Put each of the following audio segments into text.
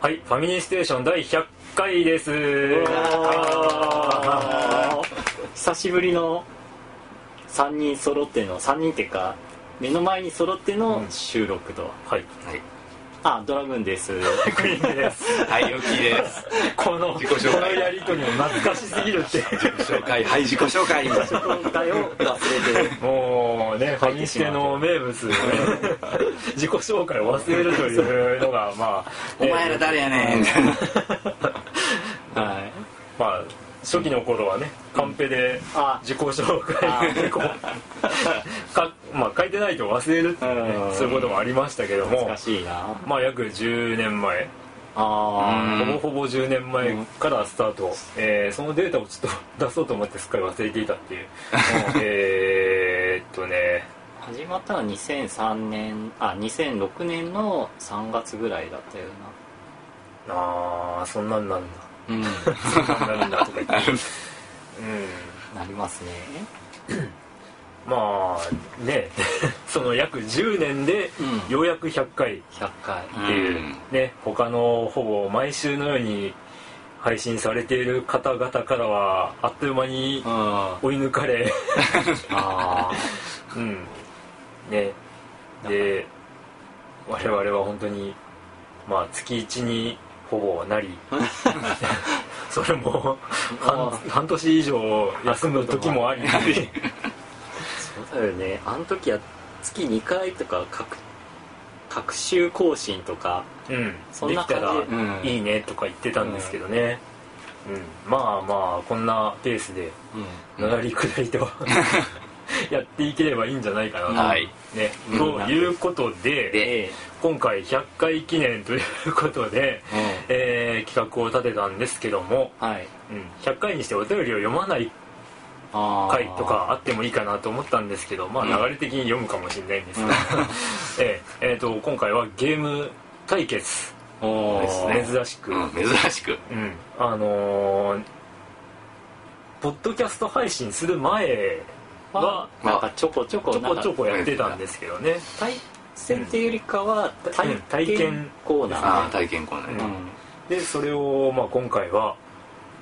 はい、ファミリーステーション第100回です。わ久しぶりの3人揃っての3人っていうか目の前に揃っての収録と、はい、あドラグーンですクイーンです。はい、よきです。 この、こ自己紹介のやりとりも懐かしすぎるって。紹介、はい、自己紹介。今回を忘れてもうね、ファミリーステの名物、ね、 自己紹介を忘れるというのが、まあ、お前ら誰やねん。はいまあ、初期の頃はね、カンペであ自己紹あ介こうか、まあ、書いてないと忘れるっていうねうんそういうこともありましたけども難、しいなまあ、約10年前、あほぼほぼ10年前からスタート、えーそのデータをちょっと出そうと思ってすっかり忘れていたっていう えーっとねー始まったのは2003年あ2006年の3月ぐらいだったよあーそんなんなんだうなそんなんなんだとか言ってうんうんなりますねまあね その約10年でうんようやく100回っ100回ていう、うんね他のほぼ毎週のように配信されている方々からはあっという間にうんあ追い抜かれあうんねで我々は本当にまあ月一にほぼな りそれも半あー半年以上休む時も ありそうだよねあの時は月2回とか各各週更新とかうんそんでなきたら感じうんいいねとか言ってたんですけどね、うんまあまあこんなペースでうんのらりくらり とやっていければいいんじゃないかなと、はいね、うんということででえ今回100回記念ということで、ええー企画を立てたんですけども、はいうん、100回にしてお便りを読まないあー回とかあってもいいかなと思ったんですけどまあうん流れ的に読むかもしれないんですうが、えーえーと今回はゲーム対決んおーですね珍しく、うん、珍しく。うんあのーポッドキャスト配信する前ははなんかちょこちょこちょなんこかちょこやってたんですけどね対戦っていうよりかはうん体体験験コーあナあ、体験コーナーーね。でそれを、まあ、今回は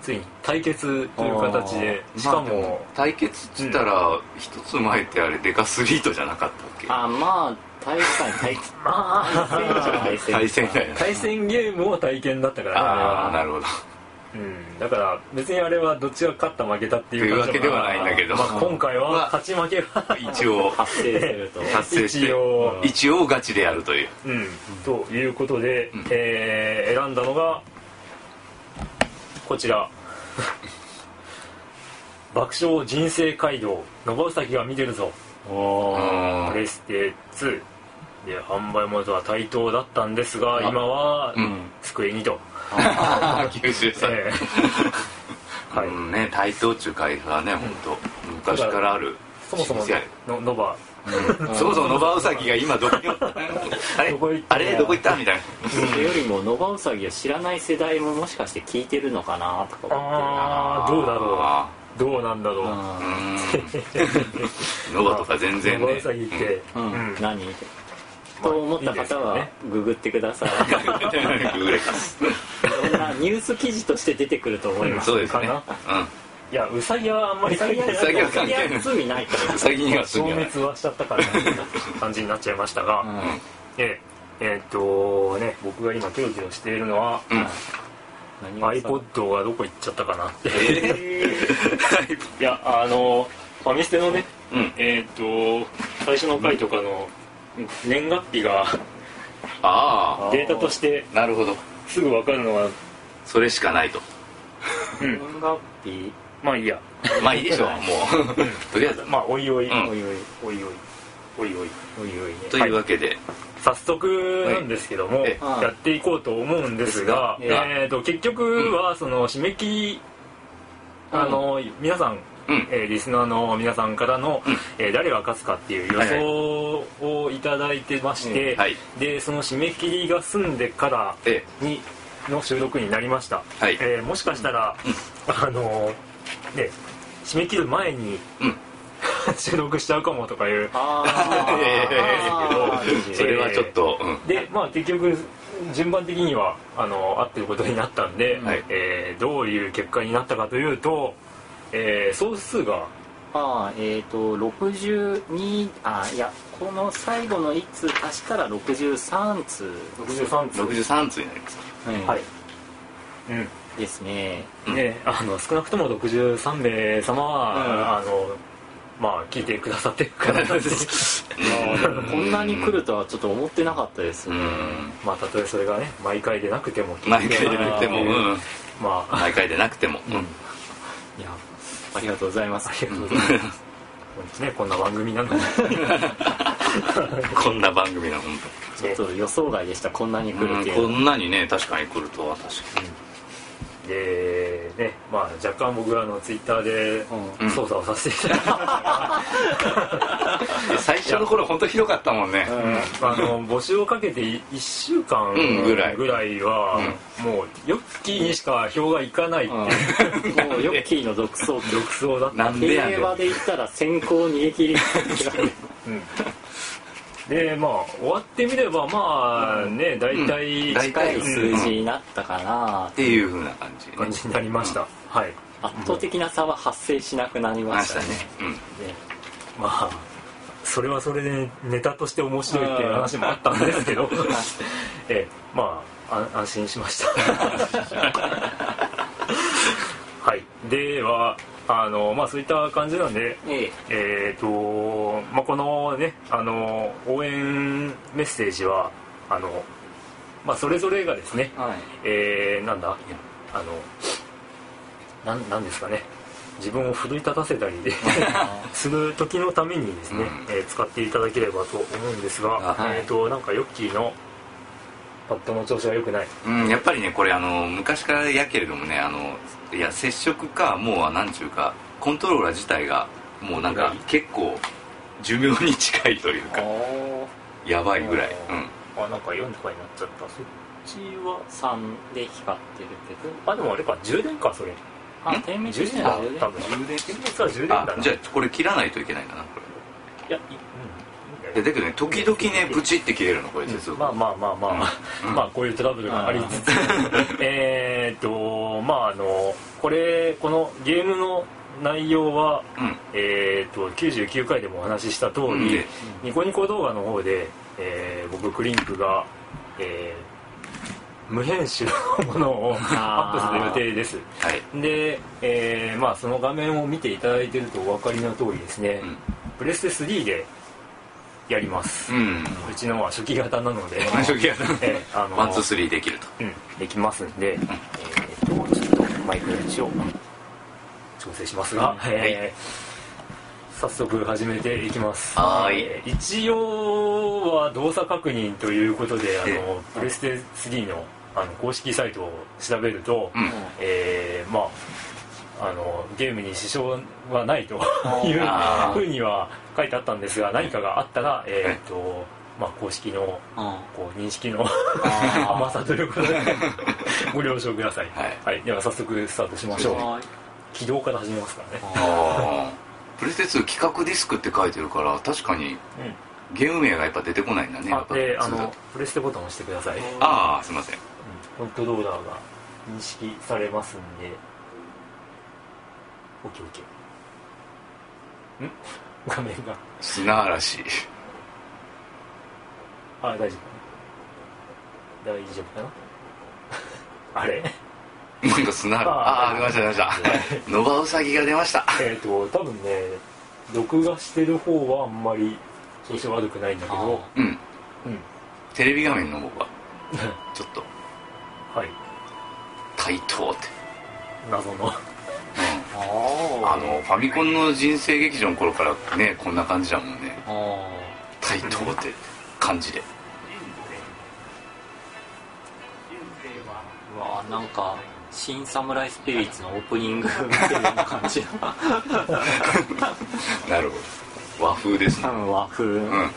ついに対決という形でしかまあでも、対決っつったら、一つ前ってあれ、デカスリートじゃなかったっけああまあ体育館まあ 体戦対戦だよね。対戦ゲームを体験だったからねああ、あなるほど。れはうん、だから別にあれはどっちが勝った負けたっていう感じというわけではないんだけどまあ、今回はまあ勝ち負けは一応、発生すると達成し一て、応、一応ガチでやる という。うん、ということで、んえー選んだのがこちら 爆笑人生街道長尾崎が見てるぞおープレステ2で販売元は対等だったんですが今は、うんスクエニと、ああ、93。え ーはい、うんね、台東中会がね、本当昔からある。そもそも老舗やのノバそもそも野場ウサギが今どこにおったあれどこ行ったあれどこ行ったみたいなそれよりも野場ウサギを知らない世代ももしかして聞いてるのかなとかあ思ーどってうだろあうどうなんだろうーうーん野場とか全然ノバねウサギって、うん、ううんん何と思った方いいはでググってくださいグレカスいろんなニュース記事として出てくると思います そうですねかないやウサギはあんまり関係ないウサギは関係ない罪ないかうんウサギにはすぐ消やない滅はしちゃったからみたいな感じになっちゃいましたが、 ら、うんえええーっとね僕が今キョロキョロしているのは、うん何がさ iPod がどこ行っちゃったかなってはい いやあのファミステのねうんえーっと最初の回とかの年月日があデータとしてあなるほどすぐ分かるのはそれしかないとうん年月日まあいいやまあいいでしょうもう とりあえずまあおいおい、うんおいおいおいおいおいおいおいおいねというわけで早速なんですけども、はいはいやっていこうと思うんですが、ですがえー、と結局はその締め切り、うんあの皆さんうんえーリスナーの皆さんからの、うんえー誰が勝つかっていう予想をいただいてまして、うんはいでその締め切りが済んでからえにの収録になりました、はいえーもしかしたら、あのーね締め切る前にうん 収録しちゃうかもとかいうあいやいやいやいやあーそれはちょっと、うんでまあ結局順番的にはあの合ってることになったんで、はいえーどういう結果になったかというと、えー総数があーえっ、と62あいやこの最後の1通足したら63通、 63通63通になりますかははいい、うんですねうんね、あの少なくとも63名様は、あのまあ聞いてくださってるからなんで こんなに来るとはちょっと思ってなかったですうねんまあたとえそれがね毎回でなくても聞いて毎回でなくても、うん、ま あ毎回でなくても、うんいやありがとうございますありがとうございます、ね、こんな番組なのに、ね、こんな番組な本ちょっと予想外でしたこんなに来当、るうっんてい、うこのんなにね確かに来るとは確かにでねまあ若干僕はあのツイッターでうん操作をさせていただいたんで最初の頃本当ひどかったもんね、うんですが、あの募集をかけて1週間うんぐらいぐらいは、もうヨッキーにしか票がいかないっていううんもうヨッキーの独走独走だったなんんででやねん競馬で言ったら先行逃げ切りでまあ終わってみればまあね大体大近近いい数字になったかなっていうふうな感じ感じになりました、はい圧倒的な差は発生しなくなりままししたたねね、まあそれはそれでネタとして面白いっていう話もあったんですけど ええまああ安心しま したはいではあのまあそういった感じなんでえええーとまあ、このねあの応援メッセージはあの、まあ、それぞれがですね、はいえーなんだあのなんなんですかね自分を奮い立たせたり する時のためにですね、うんえー使っていただければと思うんですが、あはいえー、となんかヨッキーのパッドの調子が良くないうん、うん、やっぱりねこれあの昔からやけれどもねあのいや接触かもうなんちゅうかコントローラー自体がもうなんか結構寿命に近いというあかやばいぐらい、うん、あなんか4とかになっちゃったそっちはー3で光ってるけどあでもあれか充電かそれあん天命充的電にだは多分充電電熱は充電だあなじゃあこれ切らないといけないかなこれいや、いやだけどね時々ねブチって切れるのこれ接続、まあまあまあまあ、 まあこういうトラブルがありつつ えーっとまああのこれこのゲームの内容はうんえーっと99回でもお話しした通り、うんねニコニコ動画の方で、えー僕クリンクが、えー無編集のものを アップする予定ですはい、で、えーまあその画面を見ていただいてるとお分かりの通りですね、プレステ3でやります、うん、うん、 うちのは初期型なので繁殖やな えーあのワンツースリーできるとうん、できますんで、えーっとちょっとマイクの位置を調整しますが、えー早速始めていきますはーいえー一応は動作確認ということであえのプレステ3のあの公式サイトを調べると、うんえーまああのゲームに支障はないというあーふうには書いてあったんですが何かがあったら、えーっとまあ、公式のうんこう認識のー甘さという ことでご了承ください、はいでは早速スタートしましょうはい起動から始めますからねあープレステ2企画ディスクって書いてるから確かにゲーム名がやっぱ出てこないんだねやっあぱであ普通だのとプレステボタンを押してください、うんああすいませんコントローラーが認識されますんで OKOK ん画面が砂嵐 あ大丈夫大丈夫かなあれなんか砂嵐あ あーあー出ました出ましたノバウサギが出ましたえっ、と多分ね録画してる方はあんまり調子悪くないんだけどあうんうんテレビ画面 の方がちょっとはい対等って謎のうあんあのファミコンの人生劇場の頃からねこんな感じだもんねあー対等って感じでうわなんか新サムライスピリッツのオープニング みたいな感じのなるほど和風ですね多分和風、うん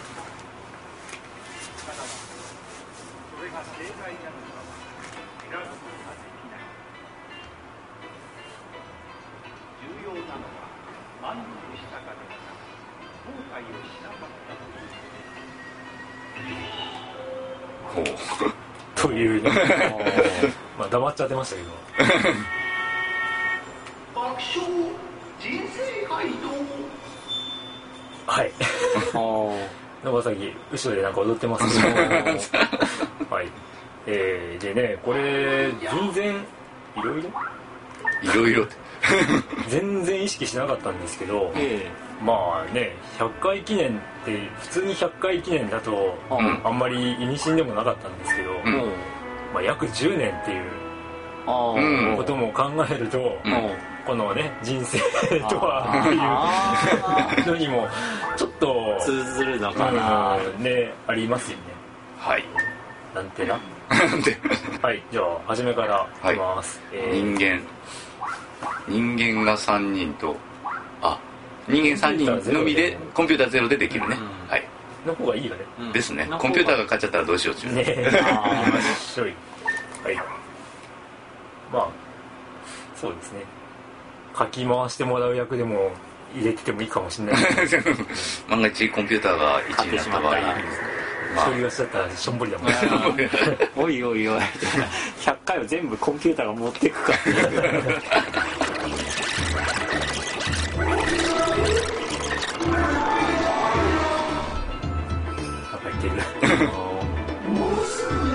ほう という ねまあ黙っちゃってましたけど爆笑人生街道はい野さ崎後ろでなんか踊ってますけど はいえー、でねこれ全然いろいろいろいろって全然意識しなかったんですけど、えまあね100回記念って普通に100回記念だとえうんあんまり意味深でもなかったんですけど、んもうまあ、約10年っていうああうんことも考えると、うんこのね人生あーとはあっていうのにもちょっとー通ずるのかな、うんねありますよねはい なんてななんではいじゃあ初めからいきます、え人ー間人間が3人とあ人間3人のみでコンピューターゼロでできるね、うんはいの方がいいよ ねうんですねなんかコンピューターが勝っちゃったらどうしようっていうねえあーしょいはいまあそうですねかき回してもらう役でも入れててもいいかもしれない 万が一コンピューターが1になった場合勝って まあ処理がしちゃったらしょんぼりだもん ね おいおいおい100回を全部コンピューターが持ってくか なんかいけるらあ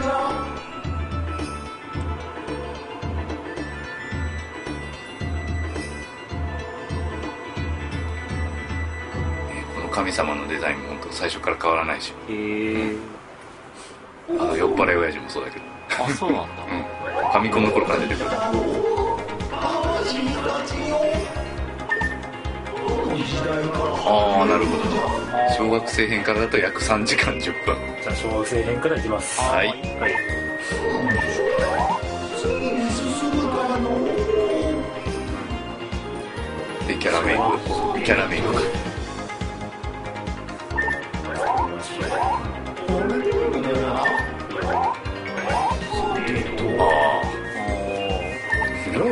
この神様のデザインも本当最初から変わらないしーへえあの酔っ払い親父もそうだけど、あそうなんだ、うん、ファミコンの頃から出てくるああなるほど小学生編からだと約3時間10分じゃあ小学生編からいきますはいはいでキャラメイクキャラメイクか名あ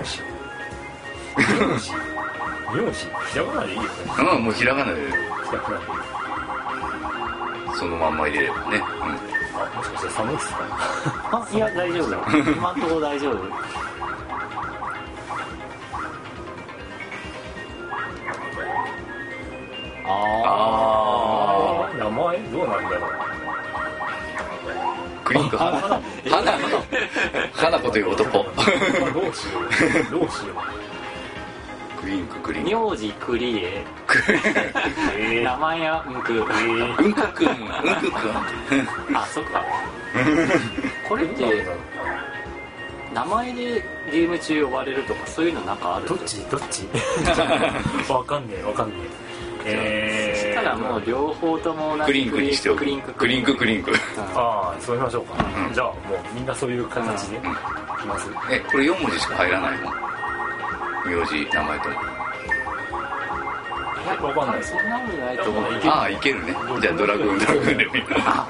字名字ひらがなでいいよねあまあもうひらがなでひらがなでそのまんま入れればね、あもしかして寒いっすかあいや大丈夫だ今んとこ大丈夫ああー名前どうなんだろううん、クリンク花あ花花子という男どうしようどうしよクリンククリンク名字クリエうえ名前はんくうんくくんうんくくんあそっかこれって名前でゲーム中呼ばれるとかそういうのなんかあるどっちどっちわかんねえわかんねええー、そしたらもう両方とも同じクリンクにしておくクリンククリンククリンクああそうしましょうか、うんじゃあもうみんなそういう形でいきます、えこれ4文字しか入らないの名字名前ともわかんないですそんなことないと思うああいけるねじゃあドラグーンドラグーンでみんなあ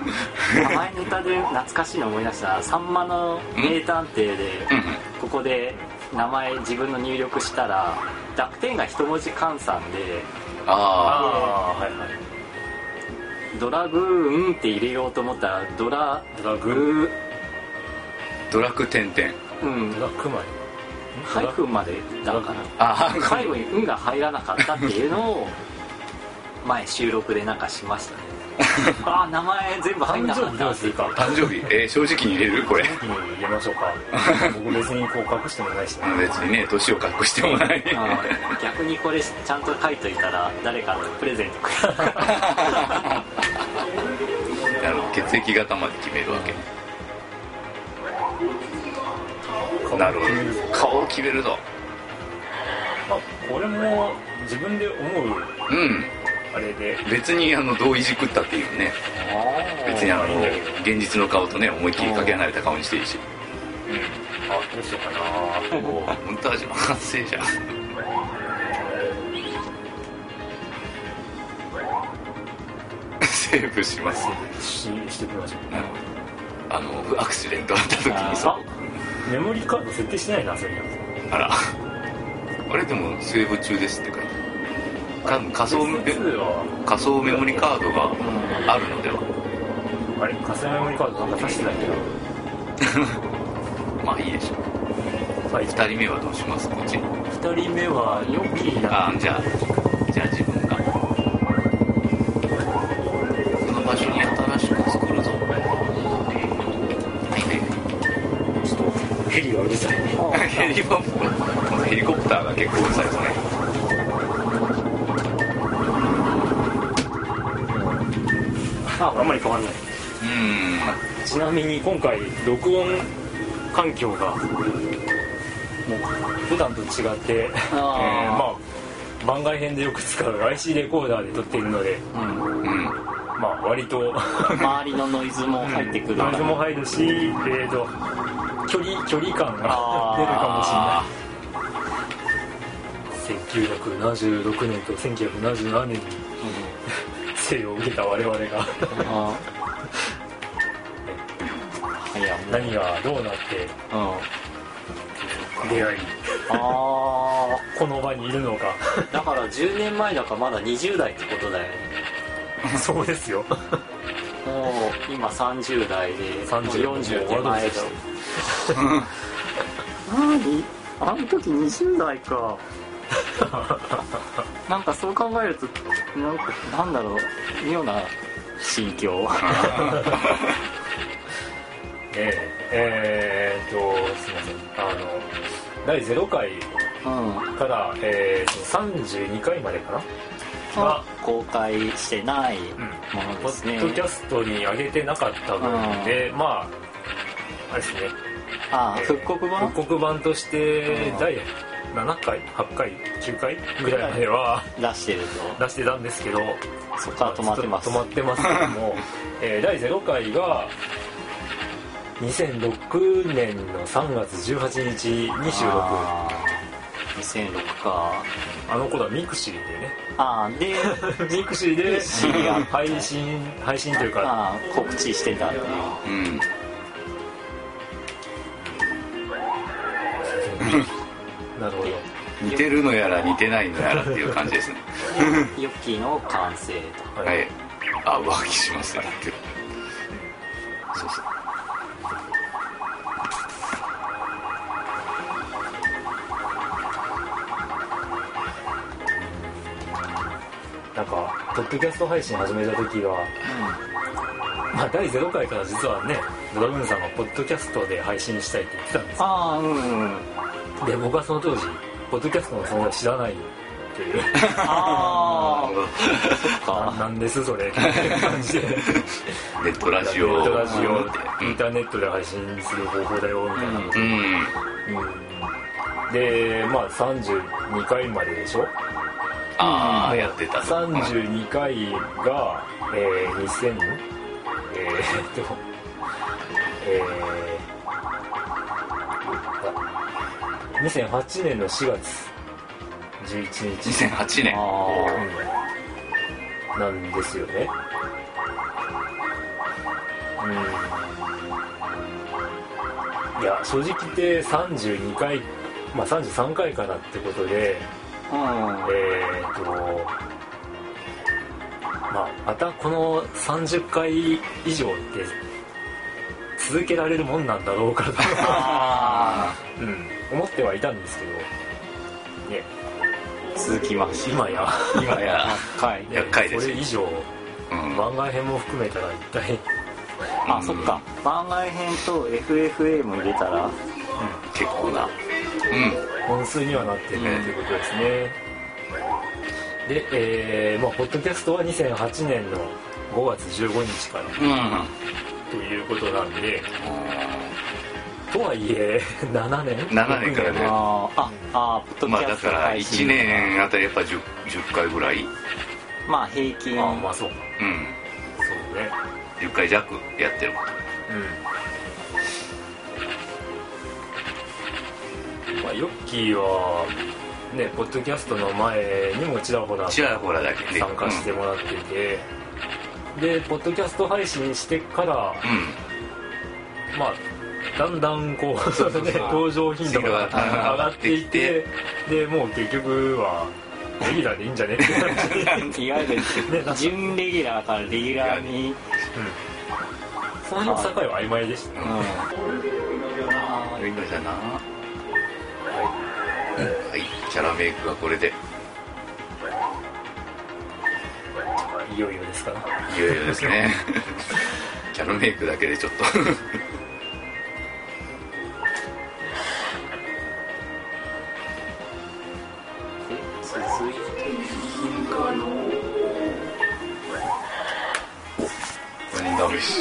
前ネタで懐かしいの思い出した「さんまの名探偵で」うんここで名前自分の入力したら濁点が一文字換算であああはいはい「ドラグーン」って入れようと思ったら「ドラドラググあドラク点々ー」うんドラクマハイフンまでだからああ最後に「運が入らなかったっていうのを前収録でなんかしましたねああ名前全部入ん誕なか生っ日どたうっすてるか誕生日えー正直に入れるこれ一気に入れましょうか僕別にこう隠してもないし、うん別にね年を隠してもないあー逆にこれちゃんと書いといたら誰かのプレゼントくれる なるほど血液型まで決めるわけなるほど顔を決めるぞまあこれも自分で思ううんあれで別にあのどういじくったっていうね別にあの現実の顔とね思いっきりかけ離れた顔にしていいしあどうしようかなおう本当は自分反省じゃんセーブしますししてみましょあのアクシデントあった時にあさうメモリーカード設定してないなそれにあらあれでもセーブ中ですって書いてあるか仮想メ設定数は仮想メモリカードがあるのではあれ仮想メモリーカードなんか足してないけどまあいいでしょうはい二2人目はどうしますこっち人二人目はよきになあじゃあじゃあ自分がこの場所に新しく作るぞはいはいちょっとヘリがうるさいヘリコプターヘリコプターが結構うるさいですねああんまり変わんないうーんちなみに今回録音環境がもう普段と違って、えーあまあ番外編でよく使う IC レコーダーで撮っているのであ、うん、うんまあ割と周りのノイズも入ってくるノからイズも入るし、えー、と距離距離感が出るかあもしれない1976年と1977年に生を受けた我々がああいやもう何がどうなってうん出会いあこの場にいるのかあだから10年前だからまだ20代ってことだよねそうですよもう今30代で30もう40手前だ何あの時20代か なんかそう考えるとなんかなんだろう妙な心 境えええー、っとすいませんあの第0回うんから、えー、その32回までかなは公開してないものポですねッドキャストに上げてなかった分で、まああれですねああえー復刻版復刻版としてうん第7回8回9回ぐらいまでは出してる出してたんですけどとそこから止まってます止まってますけども、えー第0回が2006年の3月18日に収録ああー2006かの頃はミクシーでね ああ でミクシーで知り合った配信配信というかああ告知してたっていうーうんなるほど似てるのやら似てないのやらっていう感じですねヨッキーの完成とはい、はいあ浮気しますよだってそうそうなんかポッドキャスト配信始めた時は、まあ、第0回から実はねドラグーンさんがポッドキャストで配信したいって言ってたんですああうんうんよで僕はその当時ポッドキャストの存在知らないっていうあああなんですそれっていう感じでネットラジオネットラジオってインターネットで配信する方法だよみたいな、うん、うん、うんでまあ32回まででしょああやってたと32回が、えー、2000えー、っとえー、あ2008年の4月11日2008年あうんなんですよねうんいや正直言って32回まあ33回かなってことであえー、とまあまたこの30回以上って続けられるもんなんだろうかと、うん、思ってはいたんですけど、ね、うん続きまし今や今やはい厄介ですこれ以上うん番外編も含めたら一体あそっか番外編と FFM 入れたら結構なうん本数にはなってるということですね。で、えーまあ、ポッドキャストは2008年の5月15日からうんということなんで、とはいえ7年7年からねあーああーポッドまあキャだスかトら配信1年あたりやっぱ 10, 10回ぐらいうんまあ平均あまあそうかそうね10回弱やってるこうんまあ、ヨッキーはねポッドキャストの前にもちらほらちらほらだけで参加してもらってて、でポッドキャスト配信してからうん、まあだんだんこううそうね登場頻度が上がっていてでもう結局はレギュラーでいいんじゃねって感じでいわゆる 準レギュラーからレギュラーに、その辺の境は曖昧でしたねうん、いいのじゃなはい、はい、キャラメイクはこれでいよいよですからいよいよですね キャラメイクだけでちょっと続いてダメし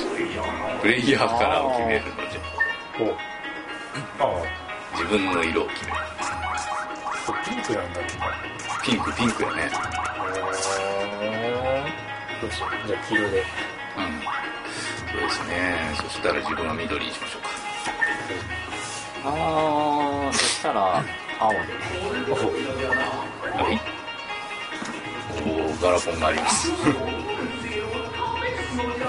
プレイヤーカラーを決めるのでおあ自分の色を決めるあそうピンクなんだろうなピンクピンクやねどうしようじゃあ黄色でうんそうですねそしたら自分は緑にしましょうかああそしたら青ではいおおガラポンがあります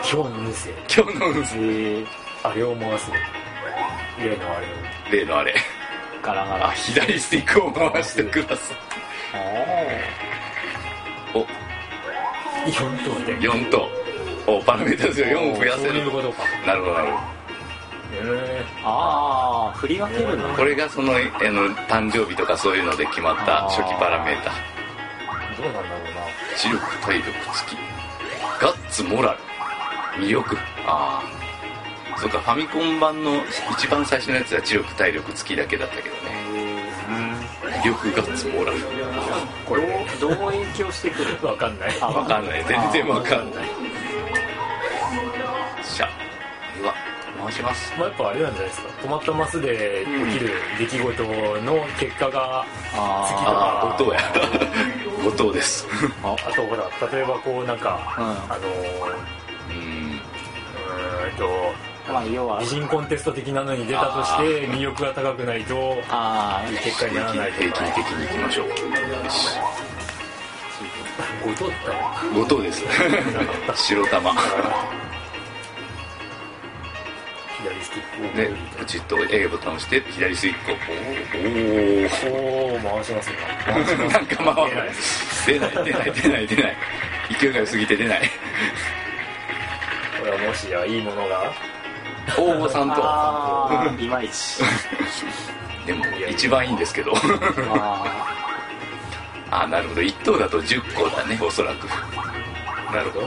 今日の運勢今日の運勢えあれを回すね例のあれを例のあれー、ガラガラあ左スティックを回してくださいお4等で4とおパラメーターですよ4を増やせそういうることかなるほどなるほえああ振り分けるのどこれがそのあの誕生日とかそういうので決まった初期パラメーターー、どうなんだろうな知力体力付きガッツモラル魅力ああそうかファミコン版の一番最初のやつは知力体力付きだけだったけどね魅力ガッツモラルこれどう影響してくるわかんないあわかんない全然わかんないしゃでは回しますまあやっぱあれなんじゃないですか止まったマスで起きる出来事の結果が、あああ後 藤や後藤ですあとほら例えばこうなんか、うんあのーうんうーんとーまあ要は美人コンテスト的なのに出たとして魅力が高くないとああいい結果にな平ら均ないと平か均的にいきましょうよし後藤だったら後藤です 白玉左スティックをでプチッと A ボタンを押して左スイッチをおお回しますねおーおーなんか回らない出ない出ない出ない出ない勢いが良すぎて出ないこれはもしやいいものが 大御さんとあーいまいちでも一番いいんですけどああなるほど1等だと10個だねおそらくなるほど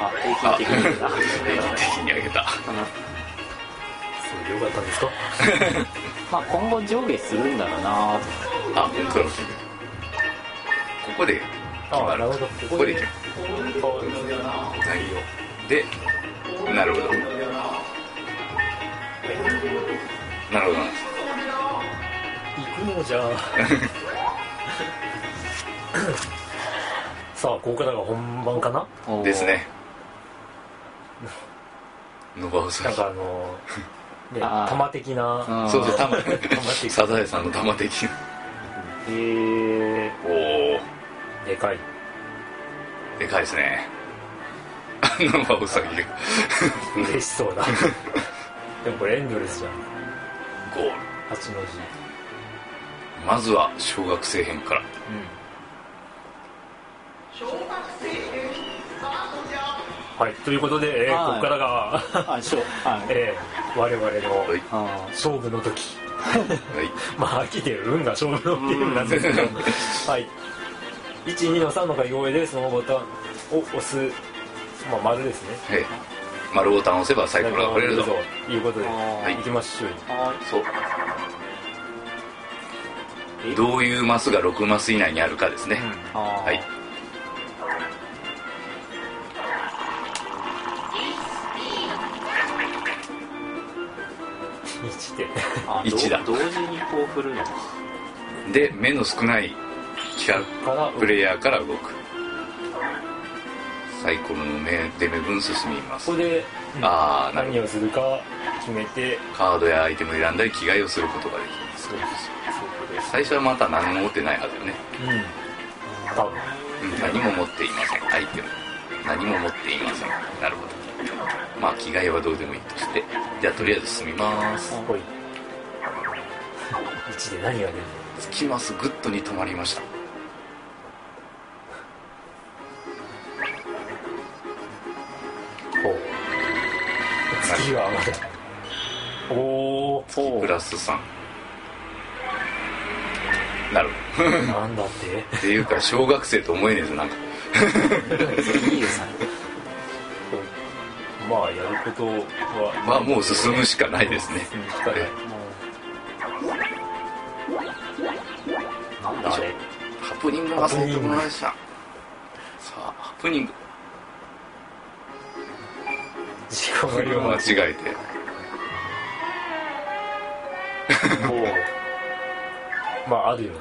ーあ平均的にだ敵にあげたそれでよかったんですかまあ今後上下するんだろうなとあ本当だここで決まあなるるこほどこで決まる内容でなるほどなるほど行くのじゃあさあここからが本番かなおーですね野場うさなんかあのーねあー玉的なあーそうそう玉的サザエさんの玉的へえおおでかいでかいですね 野場うさぎが嬉しそうだでもこれエンドレスじゃんゴール八の字まずは小学生編からはいということで、えーはいここからが、あそうあえー我々のはいあ勝負の時はいまあ秋で運が勝負のゲームなんですけどはい12の3の掛け声でそのボタンを押す、まあ、丸ですねはい丸ボタンを押せばサイコロが振れるぞということであーはい行きましょうあそうどういうマスが6マス以内にあるかですね、あーはい 1点あ一だ同同時にこう振るので目の少ない企画からプレイヤーから動くサイコロの目で目分進みますこでああなるほ何をするか決めてどカードやアイテムを選んだり着替えをすることができますそうですそういうことです最初はまた何も持ってないはずよね、うん多分うん、何も持っていませんアイテム何も持っていませんなるほどまあ着替えはどうでもいいとしてじゃあとりあえず進みますほい1で何が出るの着きますグッドに止まりましたほう月はまだおおプラス3なるほどなんだってっていうか小学生と思えねえぞなんかいいですねまあやることはまあもう進むしかないですね進むしかないなんだあれハプニングが忘れてもらいましたさあハプニング時間これを間違えてまああるよね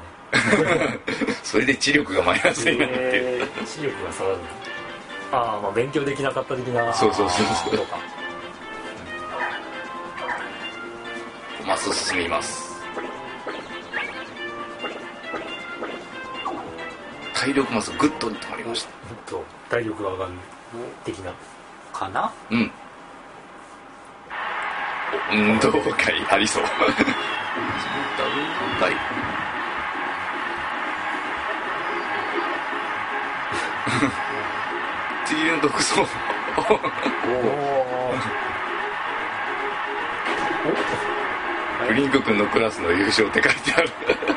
それで知力がマイナスになるっていう、え視力が下がるああまあ勉強できなかった的なそうそうそうそうとかまっすぐ進みます体力マスグッドに止まりましたうんと体力が上がる的なーかなうん運動会ありそうそうだ運動会次の独走ブリンク君のクラスの優勝って書いてある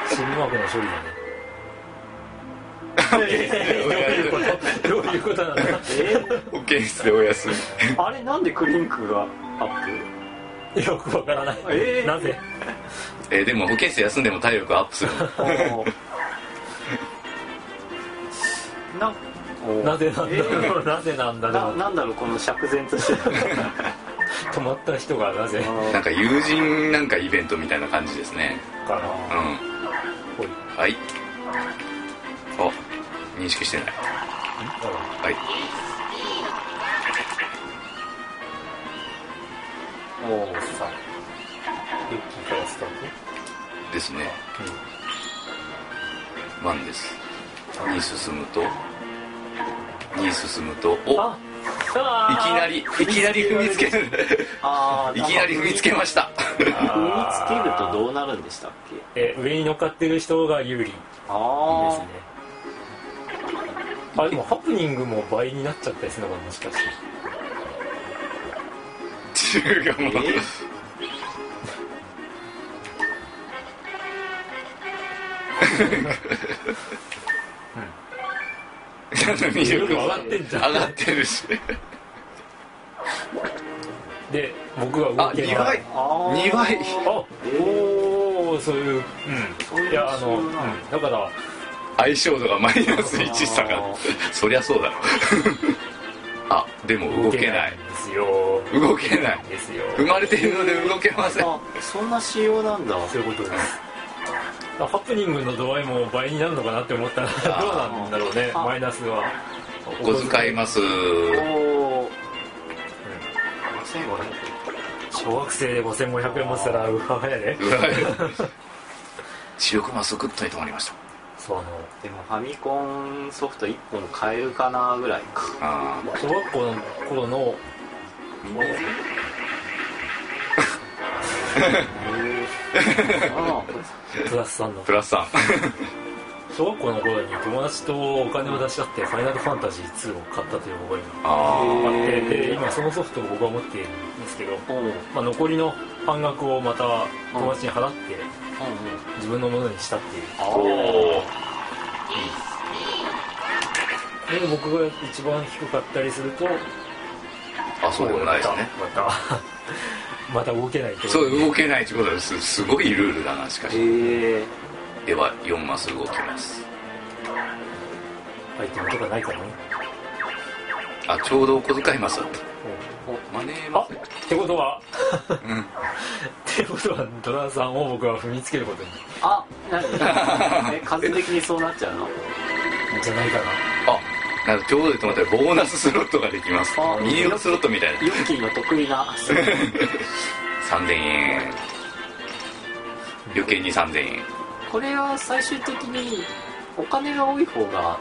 心理学の処理だねどういうことなんだえー保健室でお休みあれなんでクリンクがアッよくわからない、えーなぜえーでも保健室休んでも体力アップするのプおーなおーなぜなんだえーろうなぜなんだなろうなんだろうこの釈然として止まった人がなぜなんか友人なんかイベントみたいな感じですねかうなんほいはいあ認識してないはいおおさユッキーからスターですねト1です2進むと2進むとおあいきなりいきなり踏みつける あーいきなり踏みつけました踏みつけるとどうなるんでしたっけえ上に乗っかってる人が有利ですねあああでもハプニングも倍になっちゃったりするのかもしかして中がもうえ 魅力上がってんじゃん上がってるしで僕あは動け2な倍いあー2倍あおおそういうそううんいういやあの、そうういんうのだから相性度がマイナス1下がるあそりゃそうだろ あでも動けないんですよ動けないですよ生まれているので動けませんあそんな仕様なんだそういうことですあハプニングの度合いも倍になるのかなって思ったらどうなんだろうねあマイナスはお小遣いますおお小学生で5500円持ってたらうわやでうわ視力マスグッとに止まりましたそうあのでもファミコンソフト1本買えるかなぐらいかあ小学校の頃のあプラスさんのープラス3小学校の頃に友達とお金を出し合って「ファイナルファンタジー2」を買ったという覚えあがあってへーで今そのソフトを僕は持っているんですけど、あうんうんうんまあ、残りの半額をまた友達に払って自分のものにしたっていうああおーーで僕が一番低かったりするとあそうでもないですねまた また動けないってことそでう動けないってことですすごいルールだなしかしへえでは4マス動きますアイテムとかないからねあちょうどお小遣いマスだったマネーあマっスてことはうんってことはドラさんを僕は踏みつけることにあ何え数的にそうなっちゃうのじゃないかなああのちょうどいいと思ったらボーナススロットができますあミリオンスロットみたいなヨッキーの得意な3000円余計に3000円これは最終的にお金が多い方が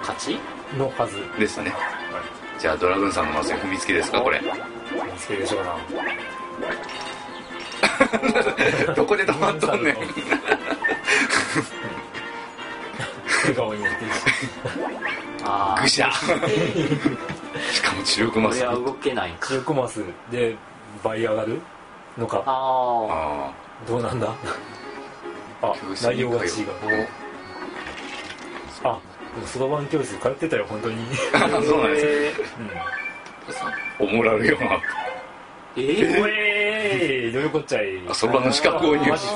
勝ちのはずですねじゃあドラグーンさんのマスに踏みつけですかこれ見つけでしょうな どこで止まっとんねん笑顔になってるしああぐしゃしかも知力マこスれあは動けないか中古マスで倍上がるのかああどうなんだあ内容が違うあでもそろばん教室通ってたよ本 当にあそうなんですすおもられるようなうえんーうえーいどういうこっちゃいあそろばんの資格を入手マジか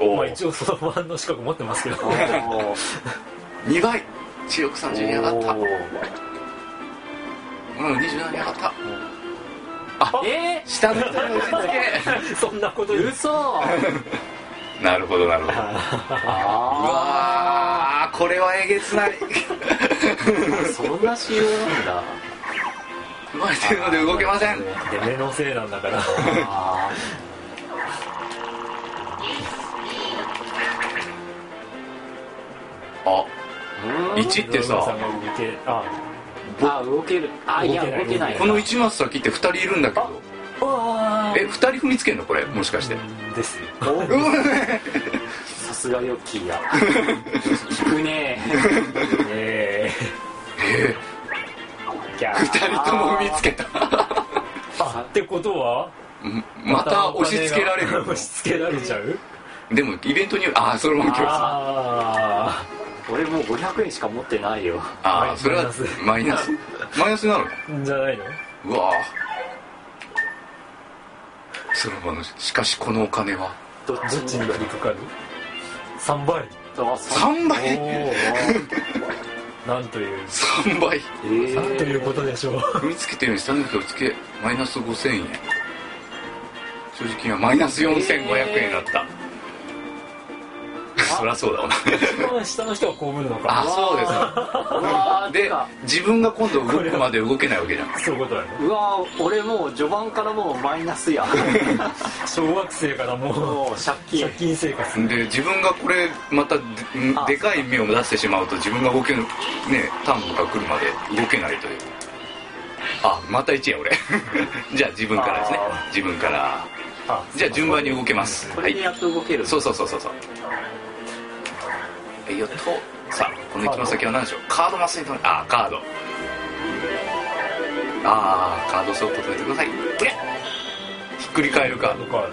おまおあ一応そろばんの資格持ってますけどあー2倍知力30に上がおったーうん27に上がったえ下の人に押し付 そんなことー言う嘘けなるほどなるほどうあわーこれはえげつ なあいそんな仕様なんだ生まれてるので動けませんで目のせいなんだからああーうん1っドてラさムさんが動けああ動けるあいや動けない動けないこの1マス先って2人いるんだけどあえ2人踏みつけんのこれもしかしてですよさすがヨッキーや引くねええー、キャ2ー人とも踏みつけたあってことはうんまた押し付けられる押し付けられちゃうでもイベントによるああそれも今日さあ俺もう500円しか持ってないよああそれマイはナスマイナスマイナスなのあじゃないのうわーその場のしかしこのお金はどっちどっちにに取りかかる3倍あそう3お倍おなんという3倍えなんといーうことでしょう踏みつけてるに下の人をつけマイナス5000円正直今マイナス4500円だった、そりゃそうだわな一番下の人がこうぶるのあかそうですねうわーてでか自分が今度動くまで動けないわけじゃんそういうことだねうわー俺もう序盤からもうマイナスや小学生からもうもう借金借金生活で自分がこれまたでんでかい目を出してしまうと自分が動けるねターンが来るまで動けないというあまた1円俺 じゃあ自分からですねあ自分からあじゃあ順番に動けますこはれいでやっと動けるそうそうそうそうそうえいよっとさあこの一番先は何でしょうカードマスに止めあーカードあーカードスロット止めてくださいうりゃひっくり返るカードカー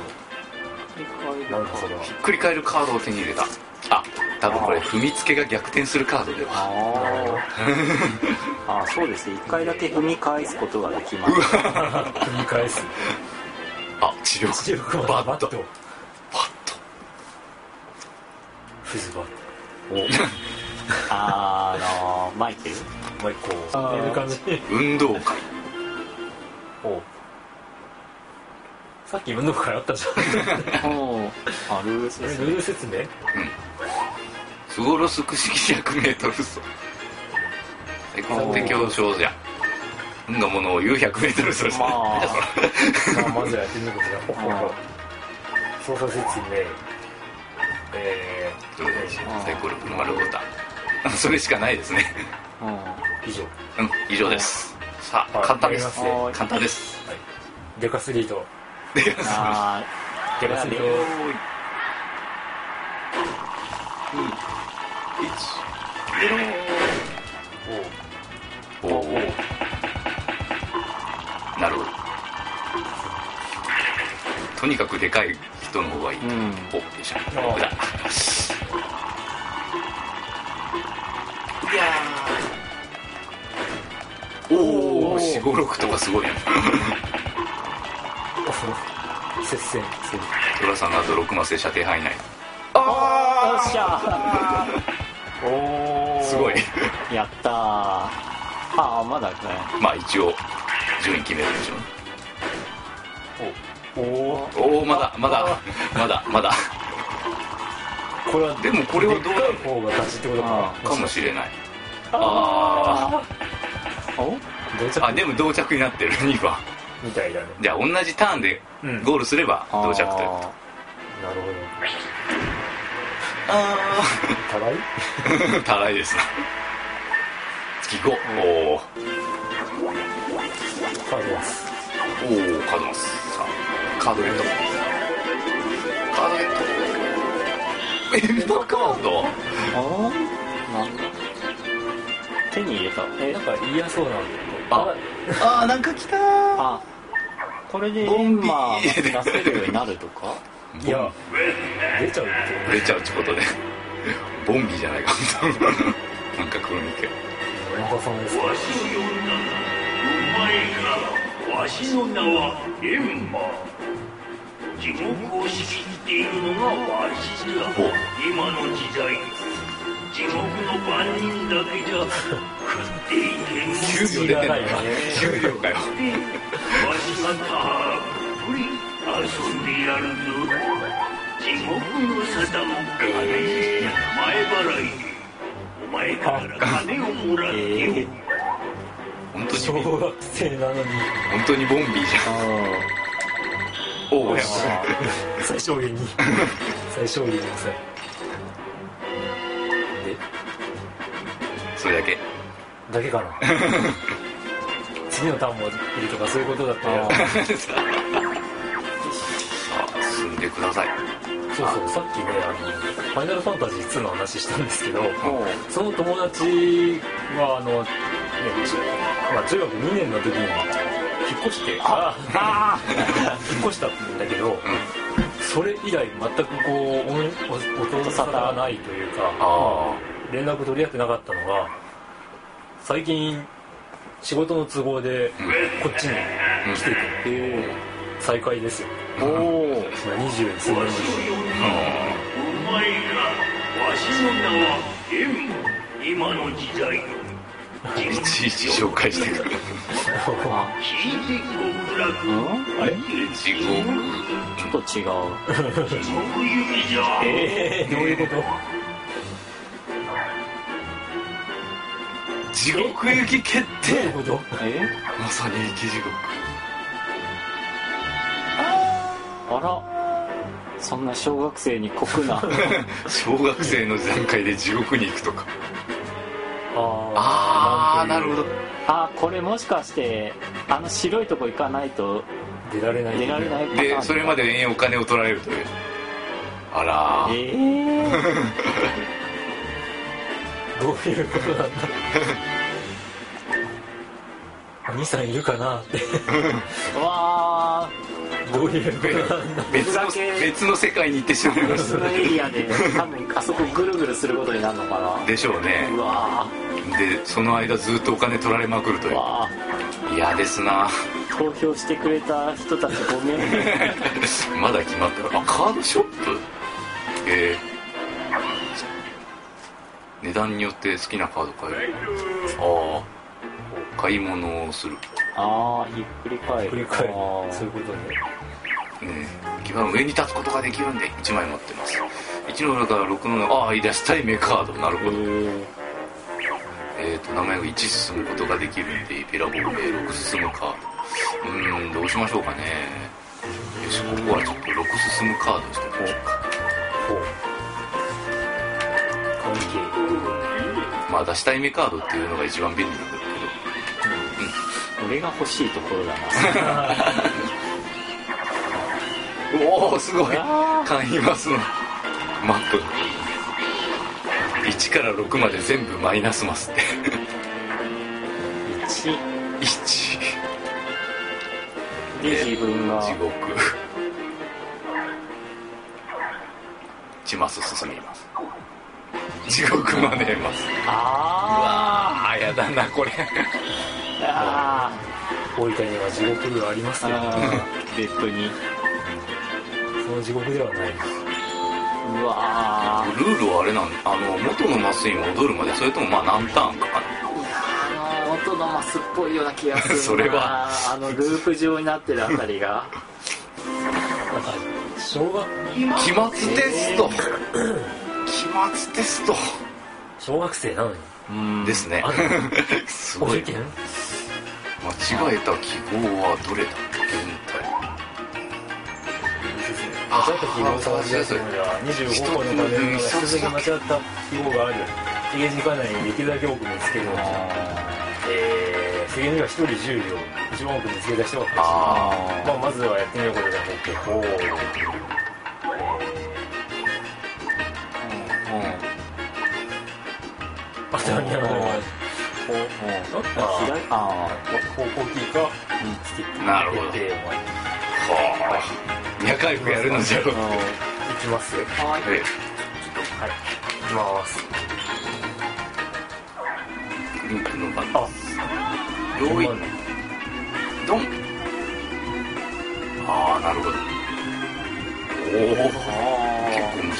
ドなんかそれはひっくり返るカードを手に入れたあ多分これ踏みつけが逆転するカードではあーあーそうですね1回だけ踏み返すことができます繰り 返すあ治療地力ババッッとトバッとフズバットあーあのーマイケルもう一個あー寝る感じ運動会おさっき運動会あったじうんあルースゃん でえルーすねル説明スゴロスク式 100m 走最高の手競症じゃ運のものを言う 100m 走まあ じゃあそれまあまずはやってみることだうん操作説明えどうでしょうサイコロ車ルボタン あそれしかないですねうんー、以上うん以上ですさあはい簡単でやすりますね簡単ですデカスリートあデカスリーいやトおおなるほどとにかくでかい人の方がいい、ーうんおよいしょあーこれだおお四五六とかすごいなお接戦寅さんの後六マスで射程範囲内よっしゃおおすごいーやったーああまだこれまあ一応順位決めるでしょうねおおおおまだまだまだまだこれはでもこれはどうだろでっかい方が勝ちってことかあうかもしれないあ同ーあ着でも同着になってる2番みたいだねじゃあ同じターンでうんゴールすれば同着というあなるほどあたらいあたらいですな月5おおカードですおおカードマスさあカードゲットカードゲットエルドカードーあーなんだ手に入れたええなんか嫌そうなんだああーなんか来たーあこれでボエンンビマーが出せるようになるとかいや出ちゃうって出ちゃうってことでボンビじゃないか本当なんか黒に行けおばさんですかわしを呼んだお前からわしの名はエンマ地獄を仕切っているのがわしだお今の時代地獄の番人だけじゃ食っていけんの給料出てんのか知らないよね給料かよでわしがたっぷり遊んでやるぞ地獄の沙汰も金にして前払いでお前から金をもらってよ、本当に小学生なのに本当にボンビーじゃんおおや最小限に最小限に抑えでそれだけだけかな次のターンもいるとかそういうことだったらさあ進んでくださいそうそうさっきねあの「ファイナルファンタジー2」の話したんですけどもうその友達はあの、ね中まあ、中学2年の時に引っ越してああ引っ越したんだけど、それ以来全くこうおお音沙汰がないというかあ連絡取り合ってなかったのが最近仕事の都合でこっちに来てて、再開ですよおお二十数年ぶわりしを呼んだお前がわしの名はエンマ今の時代地いちいち紹獄介してくる聞いて極楽んあれ地獄ちょっと違う地獄行きじゃ、えーどういうこと地獄行きどう決い定うことえまさに生き地獄あらそんな小学生に酷 な小学生の段階で地獄に行くとかあああなるほどあこれもしかしてあの白いとこ行かないと出られない出られないパターンでそれまで延々お金を取られるというあらえーえどういうことなんだ兄さんいるかなってわあどういうことなんだ別の別の世界に行ってしまいまし別のエリアで多分あそこぐるぐるすることになるのかたでしょうねなうわでその間ずっとお金取られまくるとーいうわあ嫌ですな投票してくれた人たちごめんねまだ決まったあカードショップえー値段によって好きなカード買えるああ買い物をするああひっくり返る繰り返るあーそういうことねね基盤上に立つことができるんで1枚持ってます1の裏から6のああいい出したい目カードなるほどええー、と名前が1進むことができるんでペラボール6進むかうーんどうしましょうかねよしここはちょっと6進むカードにしておきましょうかほう関係まあ出したい目カードっていうのが一番便利なんだー、俺が欲しいところだなけどおおすごいあ簡易マスのマップ1から6まで全部マイナスマスって 1 1で自分が地獄1マス進みます地獄までますあああやだなこれーあ大分には地獄がありますーよあー別府にその地獄ではないうわルールはあれなんあの元のマスに戻るまでそれともまあ何ターンかかなあの音のマスっぽいような気がする なそれはあのループ状になってるあたりがなんか小学期末テスト期末テスト小学生なのに うんですねあすご覚いえてん間違えた記号はどれだ現代間違った記号を探し出すのには25個のための一つだけ間違った記号があるヒゲじかないにできるだけ多く見つけるのえー、杉野が1人10秒一番多く見つけた人が勝あちまあ、まずはやってみようことができてこう頭にあるのはこうああ左あこうこうキーかスキップなるほどではあ仲良くやるのじゃろうあいきますはいあえいきますえリンクの番あ用順意番ねドンああなるほどおお結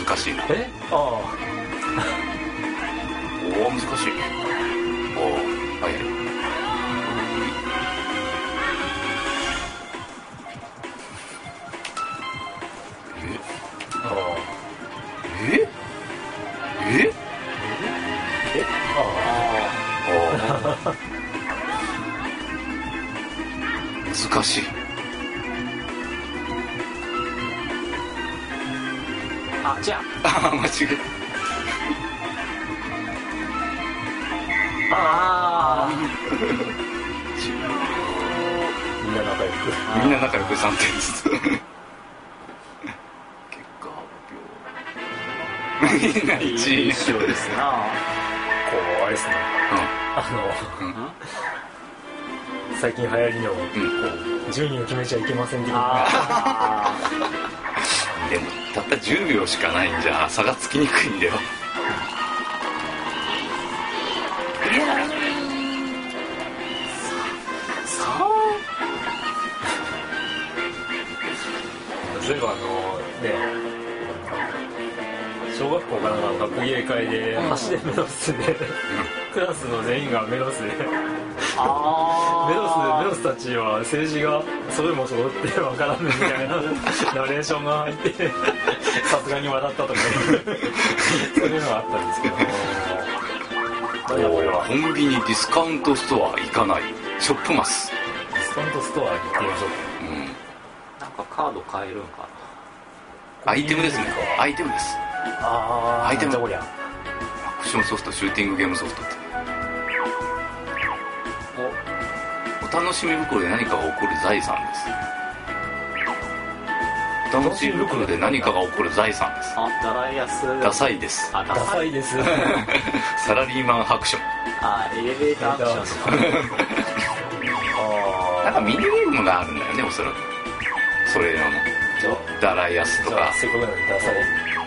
構難しいなえあおお難しいおおはいああええええあおー難しいあじゃあー間違えああみんな仲良くたみんな仲良く3点ずつ結果発 表みんな1位一緒ですなこうあれですねあの、最近流行りの、こう順位を決めちゃいけません的なあうんでもたった10秒しかないんじゃ差がつきにくいんだよ例えばあのね小学校かなんかの学芸会で橋でメロスで、クラスの全員がメロスでメあロスメロスたちは政治がそれも揃ってわからんみた いなナレーションが入ってさすがに笑ったとか そういうのがあったんですけどなんだこれはコンビニディスカウントストア行かないショップマスディスカウントストアに行ってみましょううんなんかカード変えるんかアイテムですねアイテムですああアイテムじゃこりゃアクションソフトシューティングゲームソフトってお楽しみ袋で何かが起こる財産ですお楽しみ袋で何かが起こる財産ですあダライアスダサいですあダダササ いいですサラリーマンハクションあエレベーターアクションとかなあんかミニゲームがあるんだよねおそらくそれらのダライアスあとじゃかあせっかくなのでダサい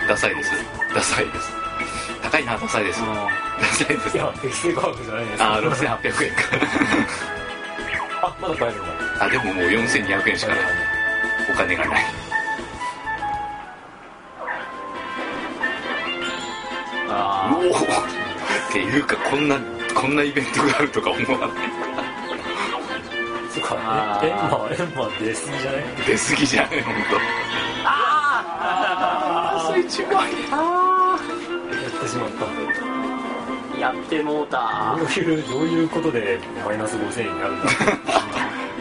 ダサいですダサいです高いなダサいですダサいでいすや適正価格じゃないですあー6800円 あまだ買えるんだかあでももう4200円しかないお金がないおあおっていうかこんなこんなイベントがあるとか思わないそっかあーえエンマエンマ出過ぎじゃない出過ぎじゃない本当あ一番やってしまったーやってもうたどういうどういうことでマイナス5000円になるんだ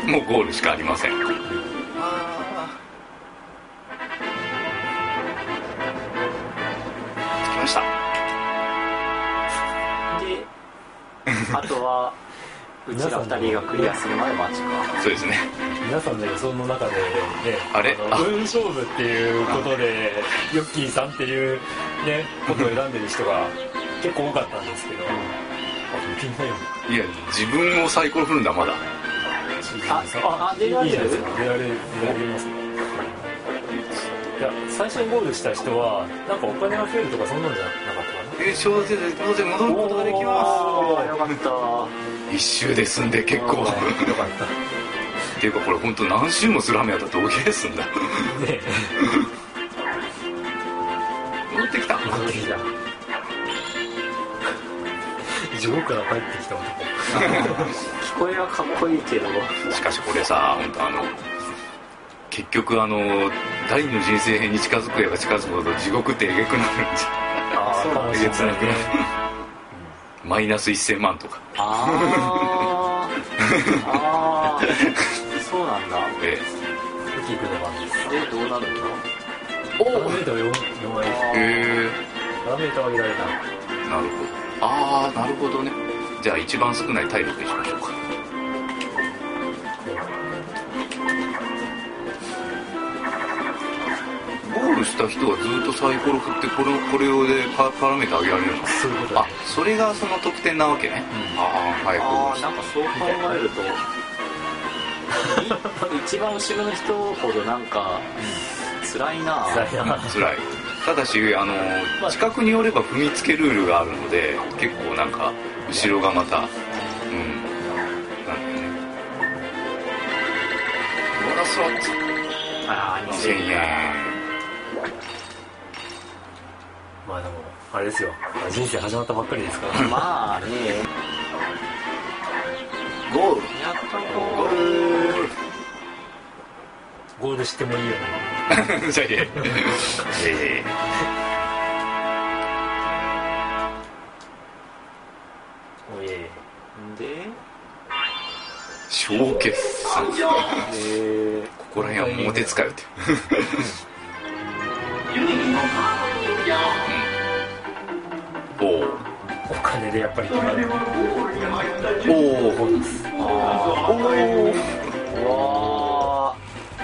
もうゴールしかありません来ましたであとはうちら二人がクリアするまで待ちかそうですね皆さんの予想の中でねあれのあ運勝負っていうことでヨッキーさんっていうねことを選んでる人が結構多かったんですけどあみんなよいや自分をサイコロ振るんだまだああ出らいれるいじゃないですか出られ出られますねいや最初にゴールした人はなんかお金が増えるとかそんなんじゃなかっ優勝で当然戻ることができあまあよかったす一周で済んで結構あ たかなよかったっていうかこれ本当何周もする雨やったらどうゲーすんだね 戻ってきたえ 戻ってきた地獄から帰ってきた男聞こえはかっこいいけどしかしこれさ本当あの結局あの第二の人生編に近づくやが近づくほど地獄ってえげくなるんじゃあそうあなん楽でしすいよですねマイナス1000万とかあ ーあーそうなんだえキークの番ですでどうなるんだラーメーター4枚えへラーメーターは見られたえなるほどああなるほどねじゃあ一番少ない体力にしましょうかゴールした人はずっとサイコロ振ってこれこれをでパパラメータ上げられるのそういうことだあそれがその得点なわけね、ああはいゴーあルーしなんかそう考えるとい一番後ろの人ほどなんか辛いな辛いなた辛いただしあの近くによれば踏みつけルールがあるので結構なんか後ろがまたうんなんだよねボーナスロッツああ2000円まあでもあれですよ人生始まったばっかりですからまあねゴールやったゴールゴールドしてもいいよねじゃあいええおいえで小決算えここら辺は表使うっておおお金でやっぱり決まるおおゴールですうわー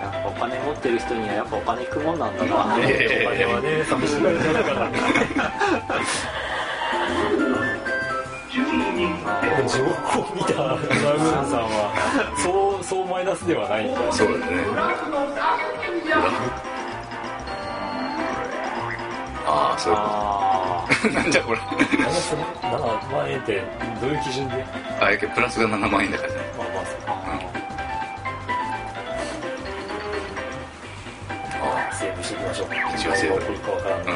やっぱお金持ってる人にはやっぱお金いくもんなんだなえお金はえね寂しいだからでも地獄を見たラウンさんはそうそうマイナスではないんだそうだねああそういうこあとなんじゃこれマイナス7万円ってどういう基準であやけプラスが7万円だからねまあまあそうかセーブしていきましょう一応セーブ何が起こるかわからんので、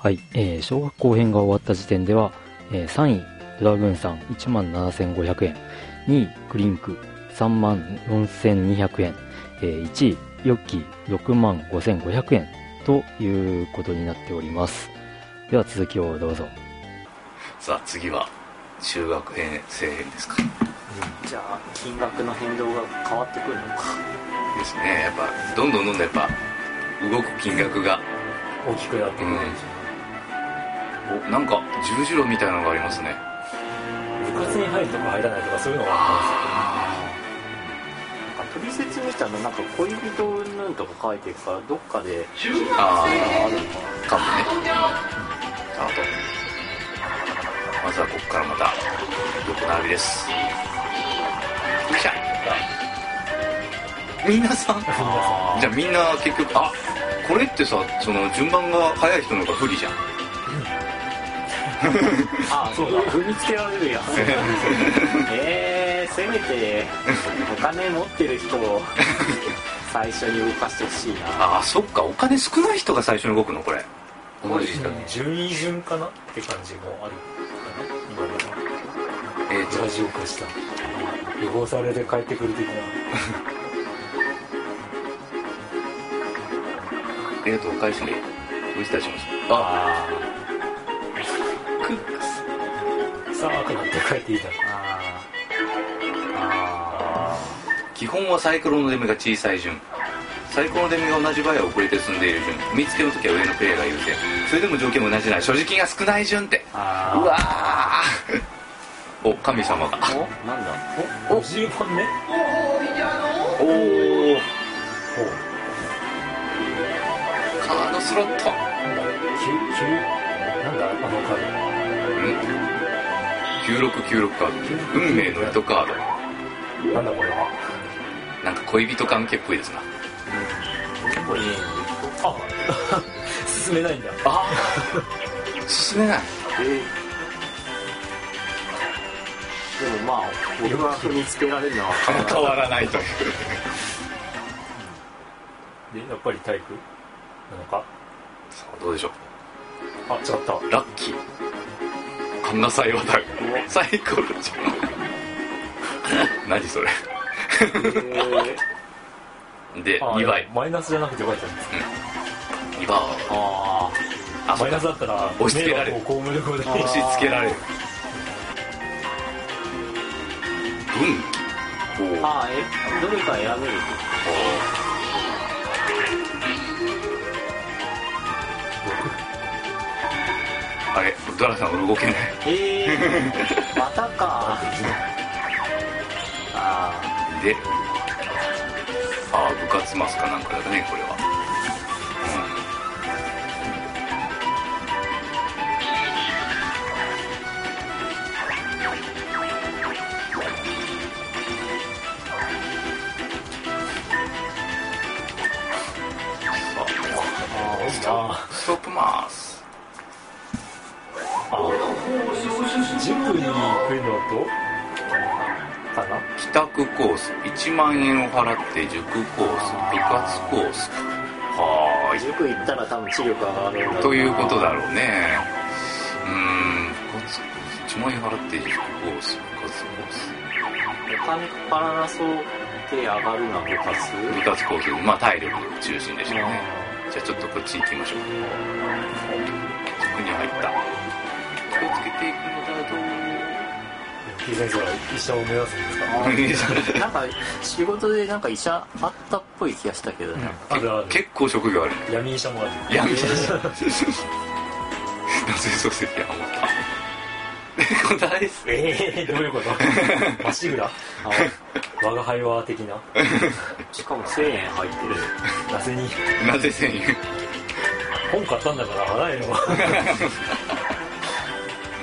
はい、えー小学校編が終わった時点では、えー3位、ドラグーンさん1万7500円、2位、クリンク3万4200円、えー1位、ヨッキー6万5500円ということになっております。では続きをどうぞ。さあ次は中学編生編ですかーじゃあ金額の変動が変わってくるのかですねやっぱどんどんどんどんやっぱ動く金額が大きくなってくるでしおなんか十字路みたいなのがありますねょ部活に入るとか入らないとかそういうのがあなんか取説みたいななんか恋人云々とか書いてるからどっかであああるのかかもねあとまずはここからまた横並びですよいしょみなさんじったんですよゃあみんな結局あこれってさその順番が早い人の方が不利じゃんあそうだ踏みつけられるやん えー、せめてお金持ってる人を最初に動かしてほしいなああそっかお金少ない人が最初に動くのこれ同じ人皆さん順位順かなって感じもあるかな今のえー、ブとラジオ化した違法されて帰ってくる的なえー、とお返しにおいたしますあクックスさあくなって帰っていいだろああ基本はサイコロの出目が小さい順サイコロの出目が同じ場合は遅れて進んでいる順踏みつけの時は上のプレイヤーが優先それでも条件も同じなら所持金が少ない順ってああうわーお神様おがなんだう50本ねおおほうカードスロット9 9なんだあのカー9696カード運命の糸カードドなんだこれはなんか恋人関係っぽいですなこれ あ進めないんだああ進めないえーでもまあ僕は踏みつけられるのは 変わらないというでやっぱり体育なのかさあどうでしょうあ違ったラッキー神田祭はだサイコロじゃん 何それえーであ2倍マイナスじゃなくてよかったんです2倍ああマイナスだったら押し付けられる迷惑を被ることで押し付けられる分岐おーああえどれか選べるあれドラさん動けないえ ー、またかあでああ部活マスかなんかだねこれはうんさあストップマス10分に行くのとあかな帰宅コース1万円を払って塾コース部活コースはーい塾行ったら多分知力上がるんだろなということだろうねうーん部活コース1万円払って塾コース部活コースお金かからなそうで上がるな部活部活コースまあ体力中心でしょうねあじゃあちょっとこっち行きましょう塾に入った気をつけていく雪井先生は医者を目指すんです かの だぞなんか仕事でなんか医者あったっぽい気がしたけどね、あるある結構職業あるね闇医者もある闇医者謎に漱石や思った 答えですねええどういう ことまっしぐら我が輩は的なしかも1000円入ってるなぜになぜ1000円本買ったんだから払え よ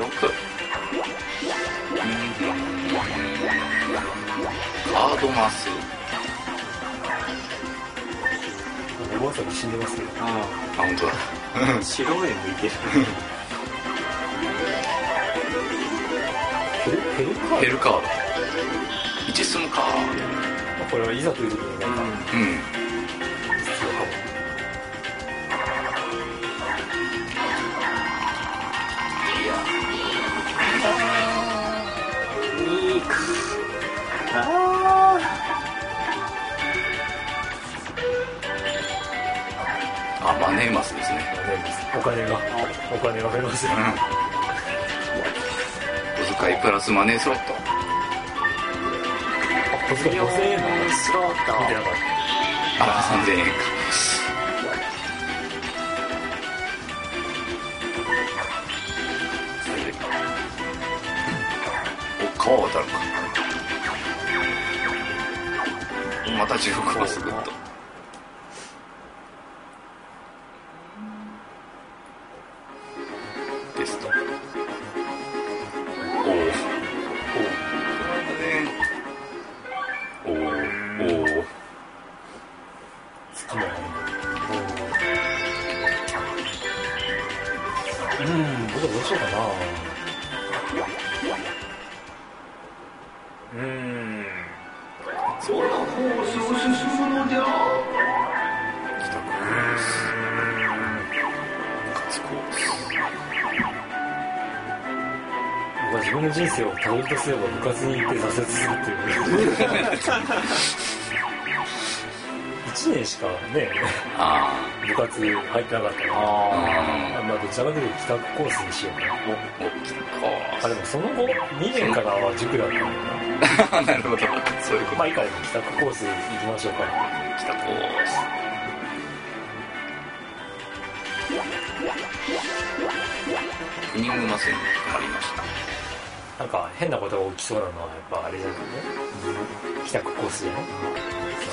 6ガードマスお坊さん死んでますけどあ本当だ白目向いてるヘルヘルカーヘルカード一進むかドこれはいざという時になんかうん必要かもいいかああマネーマスですねお金がお金が増えますようん小遣いプラスマネースロット小ー遣い4 5000円だ円スロッ見てなトかっあ3000円かお川渡るかまた16マスグッとテストおおおおおおおおた好きなのうん僕はどうしようかなうんそのコースを進むのであ帰宅コース部活コース僕は自分の人生をたどるとすれば部活に行って挫折するっていう1年しかねあ部活入ってなかったからああまあどちらかというと帰宅コースにしようかなおおあでもその後2年からは塾だったのか帰宅なるほどそういうなことまあ以下でも帰宅コース行きましょうか帰宅コースクニングマスに止まりましたなんか変なことが起きそうなのはやっぱあれじゃないね帰宅コースじゃない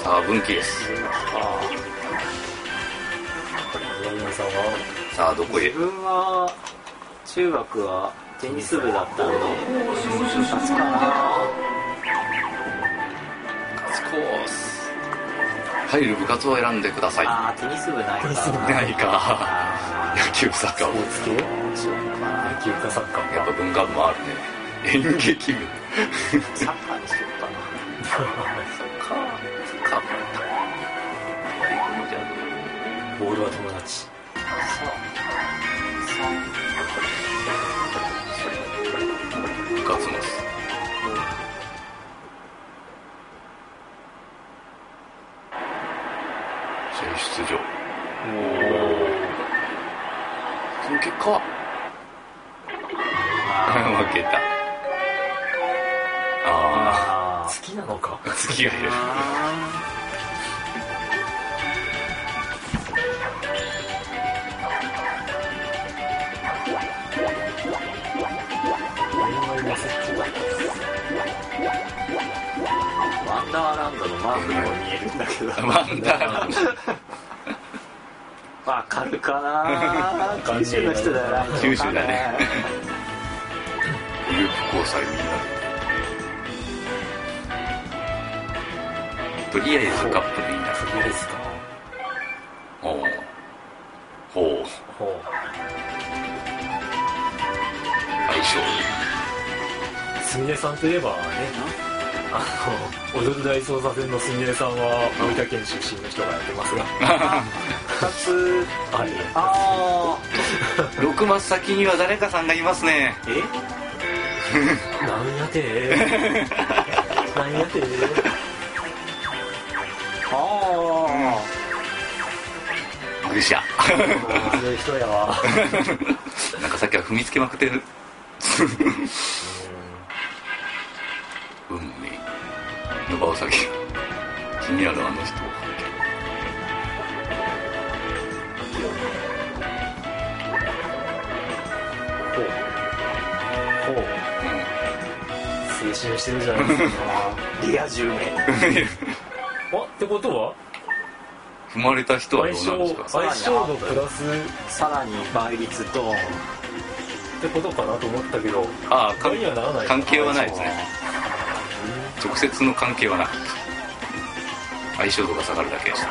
さあ分岐ですラミさんはさあどこへ自分は中学はテニス部だったんで部活かな部活コース入る部活を選んでくださいあーテニス部ないテニス部かないかあ野球サッカスポーーツ系ーそうか野球かサッカーやっかぱ文化部もあるね演劇部サッカーにしようかなかかじゃあボールは友達部活マス選出場お結果あ 負けたああ月なのかあ月がいるーワンダーランドのマークにも見えるんだけど ワンダーランドわかるかな九州の人だよな九州だねグループ交際みんなとりあえずカップルいいんだとりあえずかおおほうほ相性うすみれさんといえばねあの踊る大捜査線のすみれさんは大分県出身の人がやってますが二つはいああ6マス先には誰かさんがいますねえなんやてなんやてあ愚者面白い人やわ なんかさっきは踏みつけまくってる運命の場を先気になるあの人ほうほう青春してるじゃないですかあリア充名あってことは踏まれた人は相どうなんです性相か性のプラスっさらに倍率とてことかなと思ったけどああそうにはならない関係はないですね直接の関係はなく相性度が下がるだけでした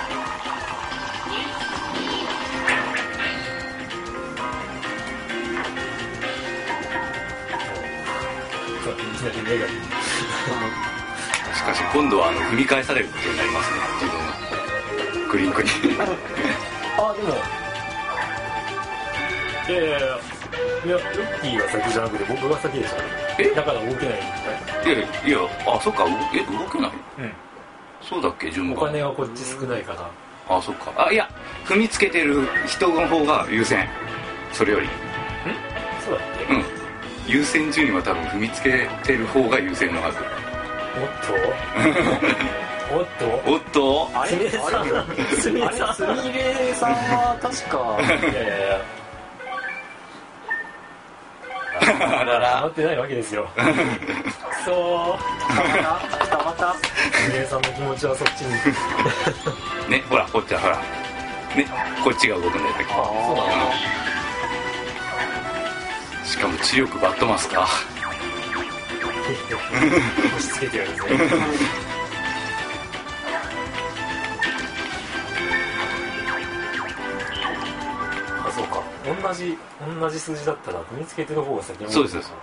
いきなり目がしかし今度はあの踏み返されることになりますね自分はクリンク にあでもいやいやいやいやロッキーが先じゃなくて僕が先でしたねえだから動けないみいやいやあそっかうえ動けないたいそうだっけ順なお番金はこっち少ないからあそっかあいや踏みつけてる人の方が優先それよりそうだっけうん優先順位は多分踏みつけてる方が優先のはずおっとおっおっとあれすみれさんあれすみれさんすみれさんは確かといやいやいやあ溜まららってないわけですよそうたまたたまた人間さんの気持ちはそっちにねほらこっちはほらねこっちが動くんだよさっきそうなのうんしかも知力バットマスか押し付けてやるんですねあそうか同じ同じ数字だったら踏みつけてる方が先にそうですそうです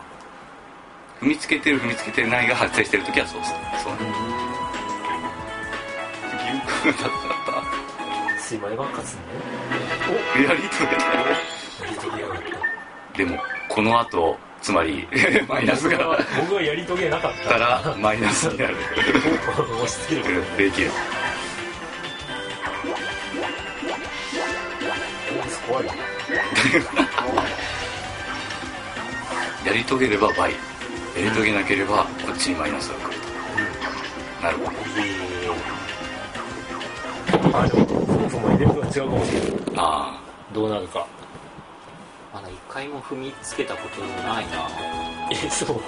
踏みつけてる踏みつけてないが発生してる時はそうですそうね牛角だっすいませんが勝つねたややりとり遂げやがったでもこの後つまり マイナス僕はが僕はやり遂げなかっったらマイナスになるた押し付けるできる怖いやり遂げれば倍やり遂げなければこっちにマイナスが来るとなるほどあでもそもそもイベントが違うかもしれないあどうなるかまだ一回も踏みつけたことないなえそうう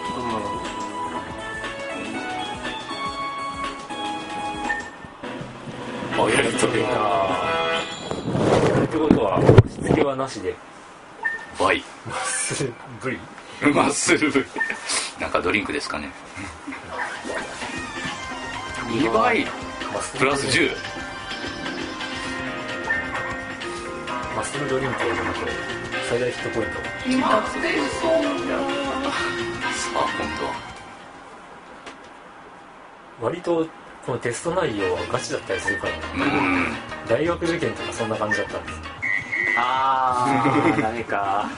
あやり遂げいやーってことは押し付けはなしで倍 まっすぐりまっすぐなんかドリンクですかねん2倍マスプラス10マッスルドリンクを入れましょう最大ヒットポイントさあ今度は割とこのテスト内容はガチだったりするからうーん大学受験とかそんな感じだったんですああダメか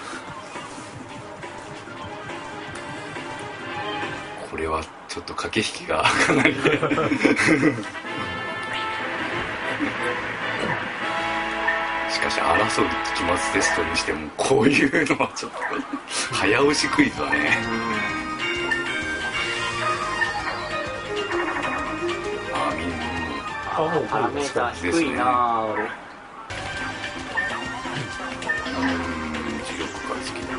これはちょっと駆け引きがかなりししかし争う期末テストにしてもこういうのはちょっと早押しクイズはねああみんなパラメーター低いなあ俺うん磁力が好きだ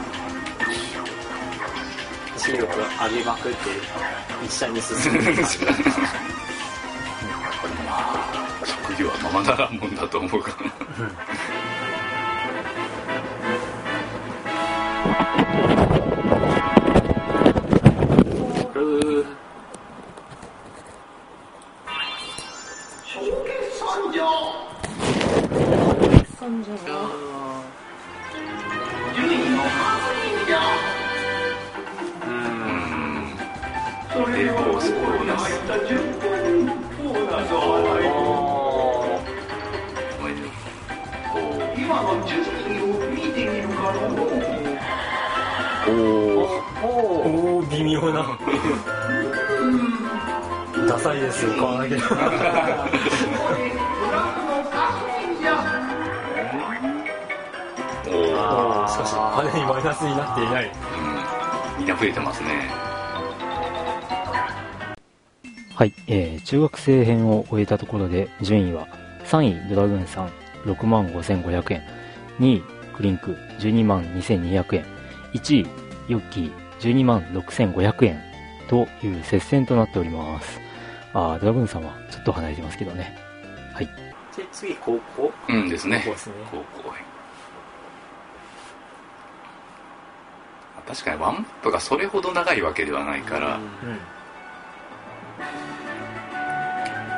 な視力上げまくって一緒に進んでる職業はままならんもんだと思うからるでこうスコーナスおおおーおおお微妙なダサいですよ買わなきゃおおあしかし金にマイナスになっていないみんな増えてますねはい、えー中学生編を終えたところで順位は3位ドラグーンさん6万5500円2位クリンク12万2200円1位ヨッキー12万6500円という接戦となっておりますあードラグーンさんはちょっと離れてますけどねで次高校うんですねそうですね高校編確かにワンマップがそれほど長いわけではないからうん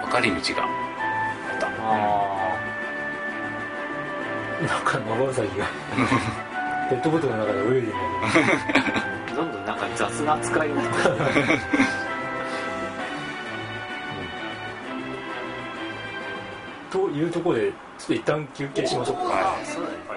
分かり道があなんかマバウサギがペットボトルの中で泳いでるあどんどんなんか雑な扱いになってるというところでちょっと一旦休憩しましょうかそうだね